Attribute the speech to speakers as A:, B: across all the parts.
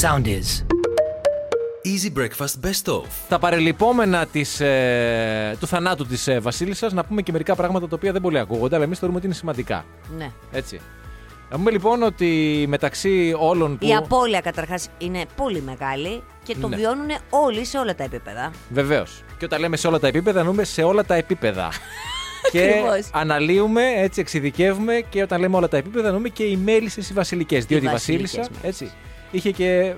A: sound is.
B: Easy Breakfast Best Of.
C: Τα παρελειπόμενα της, ε, του θανάτου της ε, Βασίλισσας να πούμε και μερικά πράγματα τα οποία δεν πολύ ακούγονται, αλλά εμείς θεωρούμε ότι είναι σημαντικά.
D: Ναι.
C: Έτσι. Να πούμε λοιπόν ότι μεταξύ όλων που.
D: Η απώλεια καταρχάς είναι πολύ μεγάλη και το
C: Ναι.
D: βιώνουν όλοι σε όλα τα επίπεδα.
C: Βεβαίως. Και όταν λέμε σε όλα τα επίπεδα, εννοούμε σε όλα τα επίπεδα. και
D: Ακριβώς.
C: αναλύουμε, έτσι εξειδικεύουμε και όταν λέμε όλα τα επίπεδα, εννοούμε και οι μέλισσες οι βασιλικές. Διότι η
D: βασιλικές
C: Βασίλισσα
D: μέλισσες.
C: έτσι, είχε και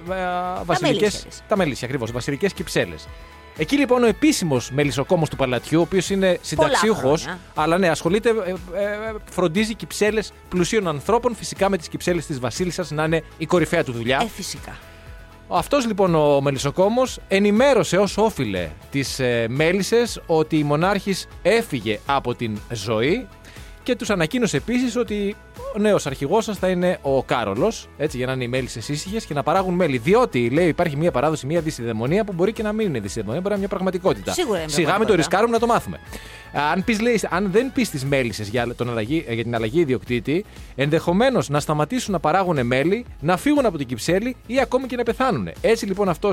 C: βασιλικέ.
D: μέλισσια της.
C: Τα μέλισσα, ακριβώς. Βασιλικές κυψέλες. Εκεί λοιπόν ο επίσημος μελισσοκόμος του παλατιού, ο οποίος είναι συνταξιούχος,
D: χρόνια.
C: αλλά ναι, ασχολείται, ε, ε, φροντίζει κυψέλες πλουσίων ανθρώπων, φυσικά με τις κυψέλες της Βασίλισσας να είναι η κορυφαία του δουλειά.
D: Ε, φυσικά.
C: Αυτός λοιπόν ο Μελισσοκόμος ενημέρωσε ως όφιλε τις ε, μέλισσες ότι η μονάρχης έφυγε από την ζωή και τους ανακοίνωσε επίσης ότι ο νέος αρχηγός σας θα είναι ο Κάρολος, έτσι για να είναι οι μέλισσε ήσυχες και να παράγουν μέλη. Διότι, λέει, υπάρχει μια παράδοση, μια δυσυδαιμονία που μπορεί και να μην είναι δυσυδαιμονία, μπορεί να είναι μια πραγματικότητα.
D: Σίγουρα είναι
C: Σιγά μην το
D: πραγματικότητα.
C: ρισκάρουμε να το μάθουμε. Αν, πεις, λέει, αν δεν πεις τις μέλισσε για, τον αλλαγή- ε, για την αλλαγή ιδιοκτήτη, ενδεχομένως να σταματήσουν να παράγουν μέλη, να φύγουν από την κυψέλη ή ακόμη και να πεθάνουν. Έτσι λοιπόν αυτός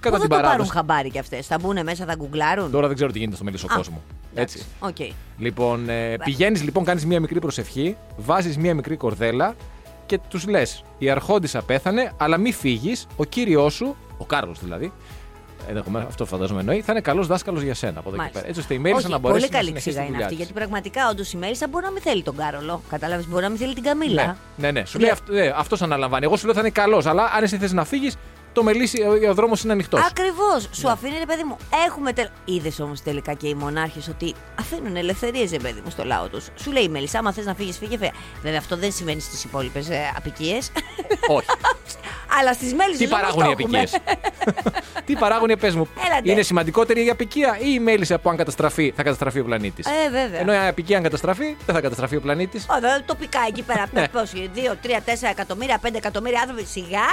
C: κατά την
D: Πού δεν το πάρουν
C: παράδοση.
D: χαμπάρι κι αυτές. Θα μπουν μέσα, θα γκουγκλάρουν.
C: Τώρα δεν ξέρω τι γίνεται στο μέλισσο
D: Α,
C: κόσμο.
D: εντάξει.
C: Έτσι.
D: Οκ.
C: Λοιπόν, ε, πηγαίνεις λοιπόν, κάνεις μία μικρή προσευχή, βάζεις μία μικρή κορδέλα και τους λες: Η αρχόντισα πέθανε, αλλά μη φύγεις. Ο κύριο σου, ο Κάρλος δηλαδή, ενδεχομένως αυτό φαντάζομαι εννοεί, θα είναι καλός δάσκαλος για σένα από εδώ και
D: Μάλιστα.
C: πέρα. Έτσι ώστε η μέλισσα
D: Όχι,
C: να μπορέσει
D: Πολύ
C: να
D: καλή
C: συνεχίσει
D: ξύγα
C: τη
D: είναι
C: δουλειά
D: αυτή.
C: της.
D: Γιατί πραγματικά όντως η Μέλισσα μπορεί να μην θέλει τον Κάρολο. Κατάλαβες, μπορεί να μην θέλει την Καμίλα.
C: Ναι, ναι, ναι. Σου λέει αυτό ναι, αυτός αναλαμβάνει. Εγώ σου λέω θα είναι καλός, αλλά αν εσύ θες να φύγεις, το μελίσι, ο, ο δρόμος είναι ανοιχτός.
D: Ακριβώς. Σου
C: Ναι.
D: αφήνει, ρε παιδί μου. Έχουμε τελ... Είδες όμως τελικά και οι μονάρχες ότι αφήνουν ελευθερίες, ρε παιδί μου, στο λαό τους. Σου λέει η Μέλισσα, άμα θες να φύγεις, φύγε. φύγε. Βέβαια, αυτό δεν συμβαίνει στις υπόλοιπες ε, απικίες.
C: Όχι.
D: Αλλά στις μέλισσες.
C: Τι παράγουν οι απικίες. Τι παράγουν οι πες μου.
D: Ναι. Έλατε.
C: Είναι σημαντικότερη η απικία ή η μέλισσα που αν καταστραφεί θα καταστραφεί ο πλανήτης.
D: Ε, βέβαια.
C: Ενώ η απικία αν καταστραφεί δεν θα καταστραφεί ο πλανήτης.
D: Εδώ τοπικά εκεί πέρα.
C: Ναι.
D: Πώς, 2, 3, 4 εκατομμύρια, 5 εκατομμύρια άνθρωποι. Σιγά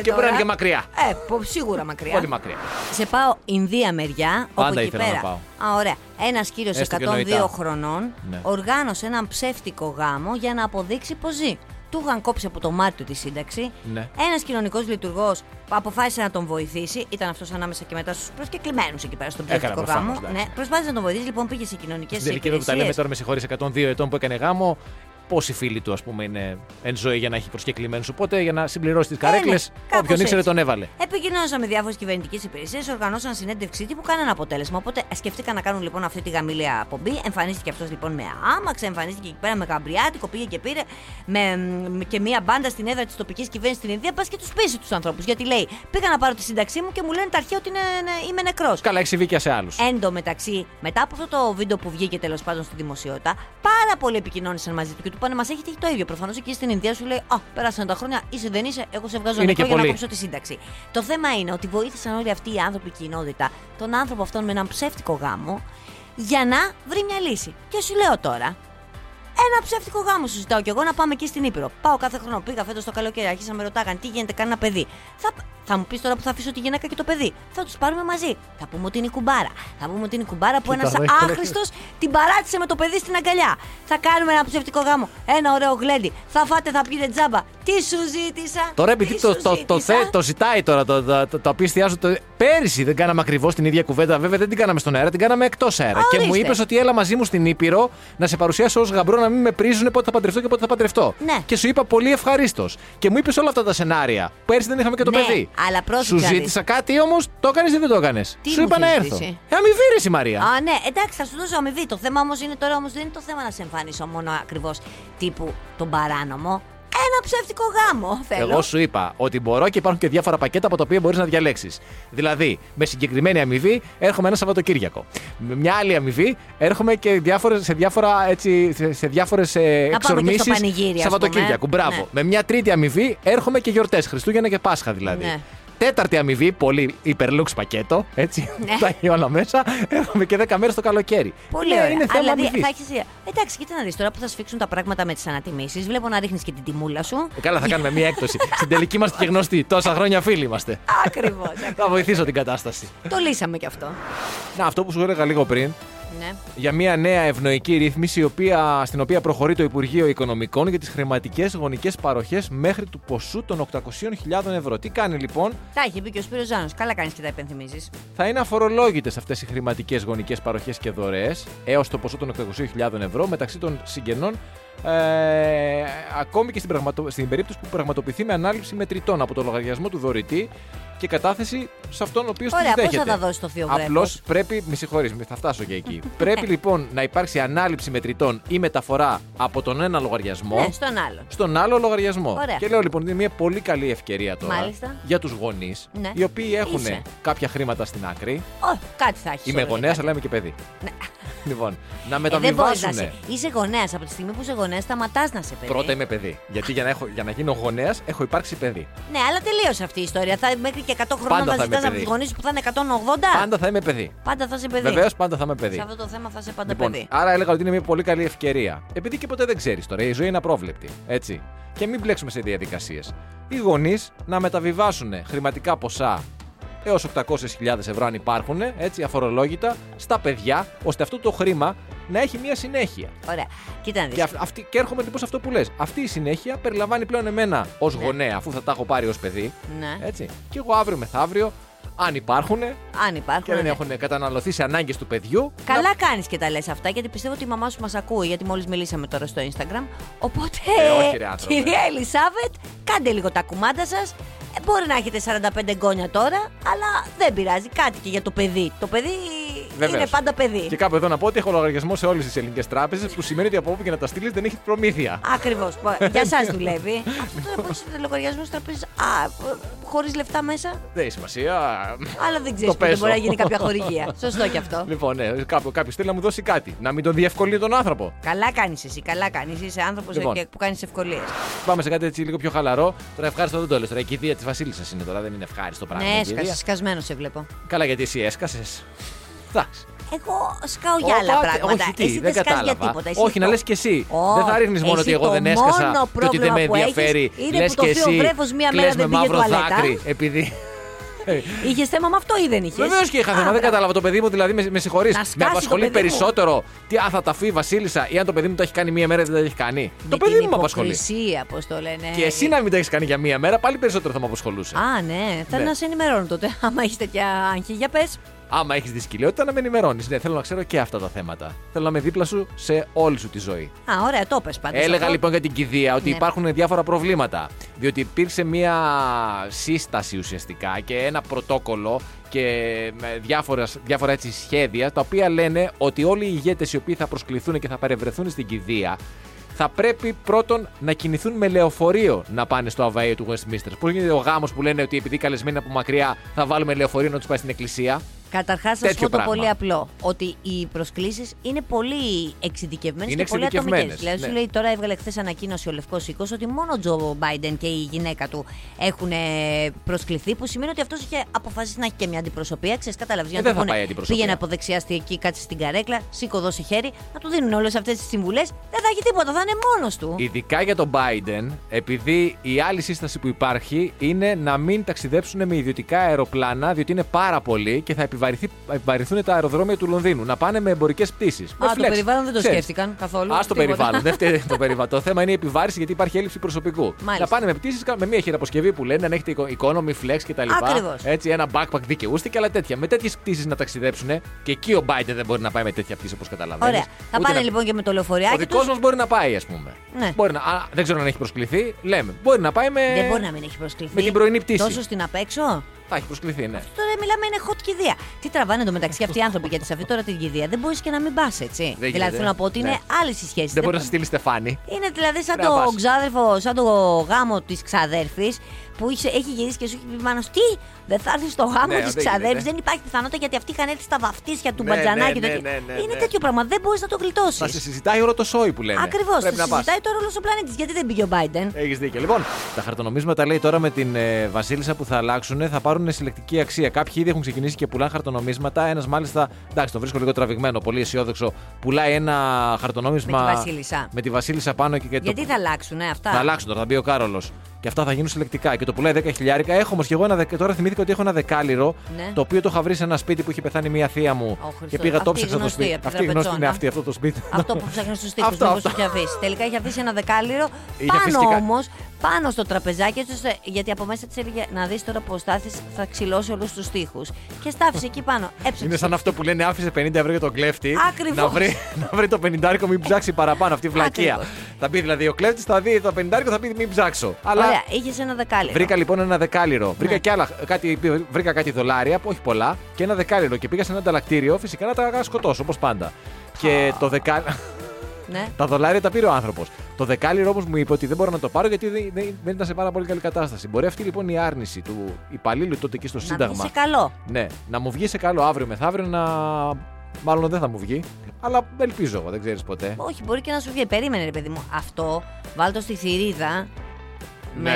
C: Και μπορεί να
D: τώρα.
C: είναι και μακριά.
D: Ε, πο- σίγουρα μακριά.
C: Πολύ μακριά.
D: Σε πάω Ινδία μεριά.
C: Πάντα
D: όπου εκεί
C: ήθελα να
D: πέρα.
C: πάω.
D: Α, ωραία. Ένας κύριος
C: Έστω και
D: 102
C: νοητά.
D: χρονών
C: Ναι.
D: οργάνωσε έναν ψεύτικο γάμο για να αποδείξει πως ζει. Του είχαν κόψει από το μάτι του τη σύνταξη.
C: Ναι.
D: Ένας κοινωνικός λειτουργός αποφάσισε να τον βοηθήσει. Ήταν αυτός ανάμεσα και μετά στους προσκεκλημένους εκεί πέρα στον
C: Έκανα
D: ψεύτικο
C: προφανώς,
D: γάμο.
C: εντάξει.
D: Ναι. Προσπάθησε να τον βοηθήσει, λοιπόν πήγε σε κοινωνικές
C: Στην τελική εδώ που τα λέμε τώρα με συγχωρείς 102 ετών που έκανε γάμο, πόσοι φίλοι του ας πούμε είναι εν ζωή για να έχει προσκεκλημένους. Οπότε για να συμπληρώσει τις καρέκλε,
D: Ε, ναι, κάπως
C: όποιον ήξερε
D: έτσι.
C: τον έβαλε.
D: Επικοινώνησα με διάφορες κυβερνητικές υπηρεσίες, οργανώσαν συνέντευξή του που κάναν αποτέλεσμα. Οπότε σκεφτήκαν να κάνουν λοιπόν αυτή τη γαμήλια πομπή. Εμφανίστηκε αυτός λοιπόν με άμαξα, εμφανίστηκε εκεί πέρα με γαμπριάτικο, πήγε και πήρε με, μ, και μία μπάντα στην έδρα της τοπικής κυβέρνησης στην Ινδία. Πας και τους πείσει τους ανθρώπους. Γιατί λέει, πήγα να πάρω τη σύνταξή μου και μου λένε τα αρχαία ότι είναι, ναι, είμαι νεκρός.
C: Καλά, έχει συμβεί και σε άλλους.
D: Εν τω μεταξύ, μετά από αυτό το βίντεο που βγήκε τέλος πάντων στη δημοσιότητα, πάρα πολλοί επικοινώνησαν μαζί του και του πάνε Μα έχει τύχει το ίδιο. Προφανώς εκεί στην Ινδία σου λέει Α, πέρασαν τα χρόνια, είσαι δεν είσαι, εγώ σε βγάζω
C: Είναι και
D: νεκρό για να
C: πολλοί.
D: κόψω τη σύνταξη. Το θέμα είναι ότι βοήθησαν όλοι αυτοί οι άνθρωποι, η κοινότητα, τον άνθρωπο αυτόν με έναν ψεύτικο γάμο, για να βρει μια λύση. Και σου λέω τώρα, ένα ψεύτικο γάμο σου ζητάω κι εγώ να πάμε εκεί στην Ήπειρο. Πάω κάθε χρόνο. Πήγα φέτος το καλοκαίρι. Αρχίσαμε να με ρωτάγαν τι γίνεται, κανένα παιδί. Θα, θα μου πεις τώρα που θα αφήσω τη γυναίκα και το παιδί. Θα τους πάρουμε μαζί. Θα πούμε ότι είναι η κουμπάρα. Θα πούμε ότι είναι η κουμπάρα που ένα άχρηστος την παράτησε με το παιδί στην αγκαλιά. Θα κάνουμε ένα ψεύτικο γάμο. Ένα ωραίο γλέντι. Θα φάτε, θα πείτε τζάμπα. Τι σου ζήτησα.
C: Τώρα επειδή
D: τι
C: το,
D: σου
C: το, το,
D: ζήτησα.
C: θε- το ζητάει τώρα, το, το, το, το απίστειά σου. Το... Πέρυσι δεν κάναμε ακριβώς την ίδια κουβέντα. Βέβαια δεν την κάναμε στον αέρα, την κάναμε εκτός αέρα.
D: Α,
C: Και μου
D: ορίστε.
C: είπες ότι έλα μαζί μου στην Ήπειρο να σε παρουσιάσω ως γαμπρό να μην με πρίζουν πότε θα παντρευτώ και πότε θα παντρευτώ.
D: Ναι.
C: Και σου είπα πολύ ευχαρίστως. Και μου είπες όλα αυτά τα σενάρια. Πέρυσι δεν είχαμε και το
D: Ναι,
C: παιδί.
D: αλλά πρόσεξε
C: Σου
D: να δεις.
C: ζήτησα κάτι όμως, το έκανες ή δεν το έκανες.
D: Τι
C: Σου
D: μου
C: είπα να
D: είχες
C: έρθω.
D: ζητήσει?
C: Ε, αμοιβή ρε, η Μαρία.
D: Α, ναι, εντάξει, θα σου δώσω αμοιβή. Το θέμα όμως είναι τώρα όμως δεν είναι το θέμα να σε εμφανίσω μόνο ακριβώς τύπου τον παράνομο. Ένα ψεύτικο γάμο θέλω.
C: Εγώ σου είπα ότι μπορώ και υπάρχουν και διάφορα πακέτα από τα οποία μπορείς να διαλέξεις. Δηλαδή, με συγκεκριμένη αμοιβή έρχομαι ένα Σαββατοκύριακο. Με μια άλλη αμοιβή έρχομαι και διάφορες, σε διάφορα έτσι, σε- σε διάφορες
D: και στο
C: εξορμήσεις
D: πανηγύρι, ας
C: Σαββατοκύριακου.
D: πούμε.
C: Μπράβο.
D: Ναι.
C: Με μια τρίτη αμοιβή έρχομαι και γιορτές. Χριστούγεννα και Πάσχα δηλαδή.
D: Ναι.
C: Τέταρτη αμοιβή, πολύ υπερλούξ πακέτο. Έτσι.
D: Ναι.
C: Τα έχει όλα μέσα. Έρχομαι και 10 μέρες το καλοκαίρι. Ναι,
D: Πολύ
C: Είναι-
D: ωραία.
C: Είναι θέμα
D: Αλλά δι-
C: αμοιβής.
D: θα έχεις... Εντάξει, κοίτα να δεις τώρα που θα σφίξουν τα πράγματα με τις ανατιμήσεις. Βλέπω να ρίχνεις και την τιμούλα σου.
C: Ε, Καλά, θα κάνουμε μια έκπτωση. Στην τελική είμαστε και γνωστοί. Τόσα χρόνια φίλοι είμαστε.
D: Ακριβώς.
C: Θα βοηθήσω την κατάσταση.
D: το λύσαμε κι αυτό.
C: Να, αυτό που σου έλεγα λίγο πριν,
D: Ναι.
C: για μια νέα ευνοϊκή ρύθμιση η οποία, στην οποία προχωρεί το Υπουργείο Οικονομικών για τις χρηματικές γονικές παροχές μέχρι του ποσού των 800.000 ευρώ. Τι κάνει λοιπόν,
D: Τα είχε πει και ο Σπύρος Ζάνος. Καλά κάνεις και τα υπενθυμίζεις.
C: θα είναι αφορολόγητες αυτές οι χρηματικές γονικές παροχές και δωρεές έως το ποσό των 800.000 ευρώ μεταξύ των συγγενών ε, ακόμη και στην, πραγματο- στην περίπτωση που πραγματοποιηθεί με ανάληψη μετρητών από το λογαριασμό του δωρητή και κατάθεση σε αυτόν ο οποίος
D: Ωραία,
C: τις
D: πώς θα
C: δέχεται.
D: τα δώσει το θείο
C: Απλώ
D: βρέφος?
C: πρέπει. Με συγχωρείς, μη- θα φτάσω και εκεί. πρέπει λοιπόν να υπάρξει ανάληψη μετρητών ή μεταφορά από τον ένα λογαριασμό
D: Ναι, στον άλλον.
C: στον άλλο λογαριασμό.
D: Ωραία.
C: Και λέω λοιπόν ότι είναι μια πολύ καλή ευκαιρία τώρα
D: Μάλιστα.
C: για τους γονείς
D: Ναι.
C: οι οποίοι έχουν
D: Είσαι.
C: κάποια χρήματα στην άκρη.
D: Ω, κάτι θα έχει.
C: Είμαι γονέα, αλλά είμαι και παιδί. λοιπόν, να
D: Ναι. Ε, δεν μπορείς να
C: μεταβιβάσουν.
D: είσαι. Είσαι γονέας. Από τη στιγμή που είσαι γονέας, σταματάς να σε παιδί.
C: Πρώτα είμαι παιδί. Γιατί για να, έχω, για να γίνω γονέας έχω υπάρξει παιδί.
D: Ναι, αλλά τελείωσε αυτή η ιστορία. Θα, μέχρι και 100
C: Πάντα
D: χρόνια
C: θα
D: θα
C: είμαι
D: ζητάς από
C: παιδί.
D: τους γονείς που θα είναι 180.
C: Πάντα θα είμαι παιδί.
D: Πάντα θα είσαι παιδί.
C: Βεβαίως πάντα θα είμαι παιδί.
D: Σε αυτό το θέμα θα είσαι πάντα
C: Λοιπόν,
D: παιδί.
C: άρα έλεγα ότι είναι μια πολύ καλή ευκαιρία. Επειδή και ποτέ δεν ξέρεις τώρα, η ζωή είναι απρόβλεπτη. Έτσι. Και μην μπλέξουμε σε διαδικασίες. Οι γονείς να μεταβιβάσουν χρηματικά ποσά έως 800.000 ευρώ, αν υπάρχουν, έτσι, αφορολόγητα, στα παιδιά, ώστε αυτό το χρήμα να έχει μια συνέχεια.
D: Ωραία. Κοίτα να δεις.
C: Και, αυ- αυτή, και έρχομαι λοιπόν σε αυτό που λες. Αυτή η συνέχεια περιλαμβάνει πλέον εμένα ως γονέα, αφού θα τα έχω πάρει ως παιδί.
D: Ναι.
C: Έτσι. Και εγώ αύριο μεθαύριο, αν υπάρχουν
D: Αν υπάρχουν.
C: και δεν
D: ναι.
C: έχουν καταναλωθεί σε ανάγκες του παιδιού, να
D: Καλά κάνεις και τα λες αυτά, γιατί πιστεύω ότι η μαμά σου μας ακούει, γιατί μόλις μιλήσαμε τώρα στο Instagram. Οπότε,
C: Ε, όχι, ρε, άνθρωπε.
D: κυρία Ελισάβετ, κάντε λίγο τα κουμάντα σας. Ε, μπορεί να έχετε 45 γκόνια τώρα, αλλά δεν πειράζει. Κάτι και για το παιδί. Το παιδί
C: Βεβαίως.
D: είναι πάντα παιδί.
C: Και κάπου εδώ να πω ότι έχω λογαριασμό σε όλες τις ελληνικές τράπεζες, που σημαίνει ότι από όπου και να τα στείλεις δεν έχει προμήθεια.
D: Ακριβώς. Για εσά δουλεύει. Αυτό τώρα πώ είναι λογαριασμό τραπέζι. Α, χωρίς λεφτά μέσα.
C: Δεν έχει σημασία.
D: Αλλά δεν
C: Το
D: ξέρει πότε
C: παίζω.
D: μπορεί να γίνει κάποια χορηγία. Σωστό κι αυτό.
C: Λοιπόν, ναι, κάποιο, κάποιος θέλει να μου δώσει κάτι. Να μην τον διευκολύνει τον άνθρωπο.
D: Καλά κάνεις εσύ, καλά κάνεις. Είσαι άνθρωπος
C: Λοιπόν.
D: που κάνεις ευκολίες.
C: Πάμε σε κάτι έτσι λίγο πιο χαλαρό. Τώρα ευχάριστο δεν το λες. Τώρα η κηδεία της Βασίλισσας είναι τώρα, δεν είναι ευχάριστο πράγμα.
D: Ναι,
C: η κηδεία.
D: σκασ- σκασμένο σε βλέπω.
C: Καλά, γιατί εσύ έσκασες. Εντάξει.
D: Εγώ σκάω για άλλα
C: Όπα,
D: πράγματα.
C: Όχι, τι,
D: Εσύ
C: δεν
D: σκάς για
C: κατάλαβα.
D: τίποτα. Εσύ
C: όχι, να
D: το-
C: λες και εσύ.
D: Όχι.
C: δεν θα ρίχνεις μόνο
D: Εσύ
C: ότι εγώ
D: το
C: δεν
D: μόνο
C: έσκασα και ότι δεν
D: πρόβλημα
C: με
D: που έχεις
C: ενδιαφέρει.
D: είναι
C: Λες
D: που το
C: και
D: θείο
C: εσύ.
D: βρέφος μία μέρα
C: κλαις με
D: δεν πήγε
C: μαύρο
D: τουαλέτα.
C: δάκρυ, επειδή.
D: Είχες θέμα με αυτό ή δεν είχες.
C: Βεβαίως και είχα θέμα. Δεν κατάλαβα το παιδί μου, δηλαδή με, με συγχωρείς.
D: Να
C: Με
D: σκάσει το
C: απασχολεί
D: παιδί μου.
C: περισσότερο τι αν θα ταφεί η Βασίλισσα ή αν το παιδί μου το έχει κάνει μία μέρα ή δεν το έχει κάνει. το παιδί μου με απασχολεί.
D: Υποκρισία, πώς το λένε.
C: Και εσύ να μην το έχεις κάνει για μία μέρα, πάλι περισσότερο θα με απασχολούσε.
D: ε. Α, ναι. Θα
C: Ναι.
D: να σε ενημερώνω τότε, άμα έχεις τέτοια άγχη. Για πες.
C: Άμα έχεις δυσκολιότητα να με ενημερώνεις. Ναι, θέλω να ξέρω και αυτά τα θέματα. Θέλω να είμαι δίπλα σου σε όλη σου τη ζωή.
D: Α, ωραία, το πες πάντα.
C: Έλεγα λοιπόν για την κηδεία ότι
D: Ναι.
C: υπάρχουν διάφορα προβλήματα. Διότι υπήρξε μία σύσταση ουσιαστικά και ένα πρωτόκολλο και με διάφορα, διάφορα έτσι σχέδια τα οποία λένε ότι όλοι οι ηγέτες οι οποίοι θα προσκληθούν και θα παρευρεθούν στην κηδεία θα πρέπει πρώτον να κινηθούν με λεωφορείο να πάνε στο αβαίο του Westminster. Πώς γίνεται ο γάμος που λένε ότι επειδή καλεσμένοι από μακριά θα βάλουμε λεωφορείο να τους πάει στην εκκλησία.
D: Καταρχάς, θα σου
C: τέτοιο
D: πω το
C: πράγμα.
D: πολύ απλό. Ότι οι προσκλήσεις είναι πολύ εξειδικευμένες
C: Είναι
D: και πολύ ατομικέ.
C: εξειδικευμένες,
D: Δηλαδή, σου
C: ναι.
D: λέει τώρα έβγαλε χθες ανακοίνωση ο Λευκός Οίκος ότι μόνο ο Τζο Μπάιντεν και η γυναίκα του έχουν ε, προσκληθεί, που σημαίνει ότι αυτός είχε αποφασίσει να έχει και μια αντιπροσωπεία. Ξέρεις, κατάλαβε.
C: Ε, δεν θα πάει αντιπροσωπεία.
D: Πήγαινε από δεξιά στη εκεί, κάτσε στην καρέκλα, σήκω δώσει χέρι, να του δίνουν όλες αυτές τις συμβουλές. Δεν θα έχει τίποτα, θα είναι μόνος του.
C: Ειδικά για τον Biden, επειδή η άλλη σύσταση που υπάρχει είναι να μην ταξιδέψουν με ιδιωτικά αεροπλάνα, διότι είναι πάρα πολλοί και θα επιβαρυνθεί- επιβαρυνθούν τα αεροδρόμια του Λονδίνου. Να πάνε με εμπορικές πτήσεις.
D: Α, το περιβάλλον δεν το σκέφτηκαν καθόλου.
C: Ας το
D: Τίποτα.
C: περιβάλλον. Δεν φταίει το περιβάλλον. Το θέμα είναι η επιβάρηση γιατί υπάρχει έλλειψη προσωπικού.
D: Μάλιστα.
C: Να πάνε με πτήσεις με μια χειραποσκευή που λένε, αν έχετε eco- economy, flex κτλ.
D: Ακριβώς.
C: Έτσι, ένα backpack δικαιούστηκε, αλλά τέτοια. Με τέτοιες πτήσεις να ταξιδέψουν και εκεί ο Biden δεν μπορεί να πάει με τέτοια πτήση όπως καταλαβαίνεις.
D: Ωραία. Θα πάνε λοιπόν και με το λεωφορείο.
C: Ο δικός μας μπορεί να πάει, ας πούμε.
D: Ναι.
C: Μπορεί να, α, δεν ξέρω αν έχει προσκληθεί. Λέμε. Μπορεί να πάει με.
D: Δεν μπορεί να μην έχει προσκληθεί.
C: με την πρωινή πτήση.
D: Τόσο στην απέξω.
C: Θα έχει προσκληθεί, ναι.
D: Τώρα μιλάμε είναι hot κηδεία. Τι τραβάνε το μεταξύ αυτοί οι άνθρωποι γιατί σε αυτή τώρα την κηδεία δεν μπορείς και να μην πας, έτσι.
C: γίνεται,
D: δηλαδή θέλω να πω ότι
C: ναι.
D: είναι άλλες οι σχέσεις.
C: Δεν μπορείς να στείλεις στεφάνι.
D: Είναι δηλαδή σαν
C: Πρέπει να
D: το
C: πας.
D: ξάδερφο, σαν το γάμο της ξαδέρφης που είσαι- έχει γυρίσει και σου έχει πει μάνος, Τι, δεν θα έρθεις στο γάμο
C: Ναι, δεν
D: της τη
C: γίνεται,
D: ξαδέρφης.
C: ναι.
D: Δεν υπάρχει πιθανότητα γιατί αυτοί είχαν έρθει στα βαφτίσια του
C: Ναι,
D: Μπατζανάκη.
C: ναι, ναι,
D: το-
C: ναι, ναι, ναι.
D: είναι τέτοιο πράγμα. Δεν μπορείς να το γλιτώσεις.
C: Θα σε συζητάει όλο το σόι που λένε.
D: Ακριβώς.
C: Πρέπει να πας.
D: Συζητάει τώρα όλος ο πλανήτης. Γιατί δεν πήγε ο Biden.
C: Έχεις δίκιο. Λοιπόν, τα χαρτονομίσματα λέει τώρα με την ε, Βασίλισσα που θα αλλάξουν θα πάρουν συλλεκτική αξία. Κάποιοι ήδη έχουν ξεκινήσει και πουλάνε χαρτονομίσματα. Ένας μάλιστα, εντάξει, το βρίσκω λίγο τραβηγμένο, πολύ αισιόδοξο, πουλάει ένα χαρτονόμισμα.
D: Με τη Βασίλισσα.
C: με τη Βασίλισσα πάνω και, και το-
D: Γιατί θα αλλάξουν αυτά.
C: Θα αλλάξουν τώρα, θα μπει ο Κάρολος. Και αυτά θα γίνουν συλλεκτικά. Και το πουλάει 10 χιλιάρικα. Έχω όμως και εγώ ένα. δεκα- Τώρα θυμήθηκα ότι έχω ένα δεκάλυρο.
D: Ναι.
C: Το οποίο το είχα βρει σε ένα σπίτι που είχε πεθάνει μια θεία μου.
D: Χριστός.
C: και πήγα
D: Αυτή
C: το
D: η
C: ψάξα το
D: γνωστή
C: σπίτι.
D: από την
C: Αυτή η γνωστή είναι
D: Τραπεζόνα.
C: αυτή, αυτό το σπίτι.
D: Αυτό που ψάχνεις στου τοίχου,
C: Αυτό,
D: μήπω
C: αυτό.
D: το είχε αφήσει. Τελικά είχε αφήσει ένα δεκάλυρο.
C: Είχε αφήσει
D: Πάνω
C: και κάτι.
D: όμως, πάνω στο τραπεζάκι, έτσι ώστε. Γιατί από μέσα της έλεγε να δεις τώρα που ο Στάθη θα ξυλώσει όλους τους τοίχου. Και στάφησε εκεί πάνω. Έψαξε.
C: Είναι σαν αυτό που λένε άφησε 50 ευρώ για τον κλέφτη.
D: Ακριβώς.
C: Να βρει, να βρει το 50 μην ψάξει παραπάνω αυτή η βλακεία.
D: Ακριβώς.
C: θα πει δηλαδή ο κλέφτης, θα δει το 50 θα πει μην ψάξω. Αλλά
D: Ωραία, είχες ένα δεκάλυρο.
C: βρήκα λοιπόν ένα δεκάλυρο. Βρήκα και άλλα, κάτι, βρήκα κάτι δολάρια, που όχι πολλά, και ένα δεκάλυρο. Και πήγα σε ένα ανταλλακτήριο φυσικά να τα σκοτώσω όπως πάντα. Και το δεκα...
D: Ναι.
C: Τα δολάρια τα πήρε ο άνθρωπος. Το δεκάλυρο όμως μου είπε ότι δεν μπορώ να το πάρω γιατί δεν, δεν- δεν ήταν σε πάρα πολύ καλή κατάσταση. Μπορεί αυτή λοιπόν η άρνηση του υπαλλήλου τότε εκεί στο
D: Να μην
C: Σύνταγμα.
D: είσαι καλό.
C: Ναι, να μου βγει σε καλό αύριο μεθαύριο να. Μάλλον δεν θα μου βγει. Αλλά ελπίζω εγώ, δεν ξέρεις ποτέ.
D: Όχι, μπορεί και να σου βγει. Περίμενε, ρε παιδί μου. Αυτό βάλτο στη θηρίδα.
C: Ναι.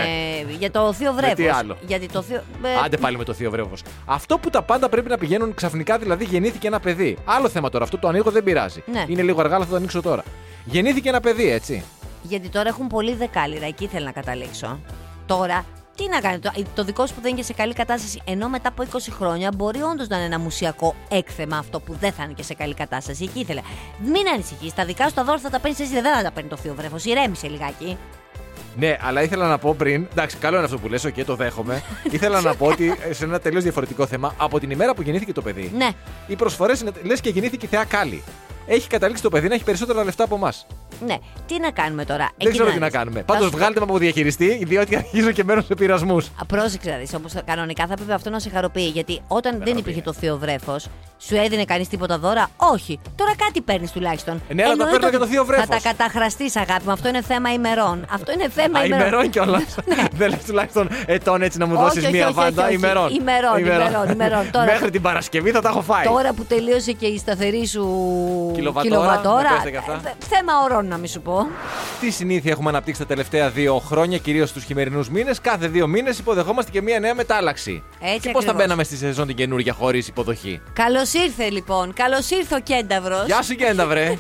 D: Με... Για το θείο
C: Με τι
D: βρέφο.
C: άλλο.
D: Γιατί το θείο. ε,
C: Άντε πάλι με το θείο βρέφο. Αυτό που τα πάντα πρέπει να πηγαίνουν ξαφνικά, δηλαδή γεννήθηκε ένα παιδί. Άλλο θέμα τώρα, αυτό το ανοίγω δεν πειράζει.
D: Ναι.
C: Είναι λίγο αργά, αλλά θα το ανοίξω τώρα. Γεννήθηκε ένα παιδί, έτσι.
D: Γιατί τώρα έχουν πολύ δεκάλυρα, εκεί θέλω να καταλήξω. Τώρα, τι να κάνει, το, το δικό σου που δεν είναι και σε καλή κατάσταση, ενώ μετά από 20 χρόνια μπορεί όντως να είναι ένα μουσιακό έκθεμα αυτό που δεν θα είναι και σε καλή κατάσταση. Εκεί ήθελα. Μην ανησυχείς, τα δικά σου τα δώρα θα τα παίρνεις εσύ, δεν θα τα παίρνει το θείο βρέφο. Ηρέμησε λιγάκι.
C: Ναι, αλλά ήθελα να πω πριν. Εντάξει, καλό είναι αυτό που λες, και το δέχομαι. ήθελα να πω ότι ε, σε ένα τελείως διαφορετικό θέμα, από την ημέρα που γεννήθηκε το παιδί,
D: Ναι.
C: οι προσφορές είναι λες και γεννήθηκε η θεά Κάλλη. Έχει καταλήξει το παιδί να έχει περισσότερα λεφτά από εμάς.
D: Ναι, τι να κάνουμε τώρα.
C: Δεν
D: εκεί
C: ξέρω τι να
D: δεις.
C: κάνουμε.
D: Θα
C: Πάντω
D: σου πω-
C: βγάλτε με από διαχειριστή, διότι αρχίζω και μένω σε πειρασμούς.
D: Α, Πρόσεξε να δεις. Όμως κανονικά θα πρέπει αυτό να σε χαροποιεί. Γιατί όταν δεν
C: χαροποιεί.
D: υπήρχε το θείο βρέφος, σου έδινε κανείς τίποτα δώρα. Όχι. Τώρα κάτι παίρνεις τουλάχιστον.
C: Ε, ναι, αλλά τα
D: Εννοείται
C: παίρνω και
D: ότι
C: το θείο βρέφος.
D: Θα τα καταχραστείς, αγάπη μου. Αυτό είναι θέμα ημερών. Αυτό είναι θέμα
C: Α,
D: ημερών. Ναι.
C: ημερών κιόλας. Δεν λες τουλάχιστον ετών έτσι να μου
D: Όχι,
C: δώσεις
D: όχι,
C: μία
D: όχι,
C: βάντα.
D: όχι, όχι.
C: Ημερών.
D: Ημερών, ημερών, ημερών. Τώρα-
C: Μέχρι την Παρασκευή θα τα έχω φάει.
D: Τώρα που τελείωσε και η σταθερή σου
C: Κιλοβατόρα,
D: κιλοβατόρα,
C: να πέστε και αυτά.
D: ε, θέμα ωρών να μην σου πω.
C: Τι συνήθεια έχουμε αναπτύξει τα τελευταία δύο χρόνια, κυρίως τους χειμερινούς μήνες. Κάθε δύο μήνες υποδεχόμαστε και μία νέα μετάλλαξη.
D: Έτσι
C: και πώς θα
D: ακριβώς.
C: μπαίναμε στη σεζόν την καινούργια χωρίς υποδοχή.
D: Καλώς ήρθε λοιπόν. Καλώς ήρθε ο Κένταβρο.
C: Γεια σου Γκέντα, βρε.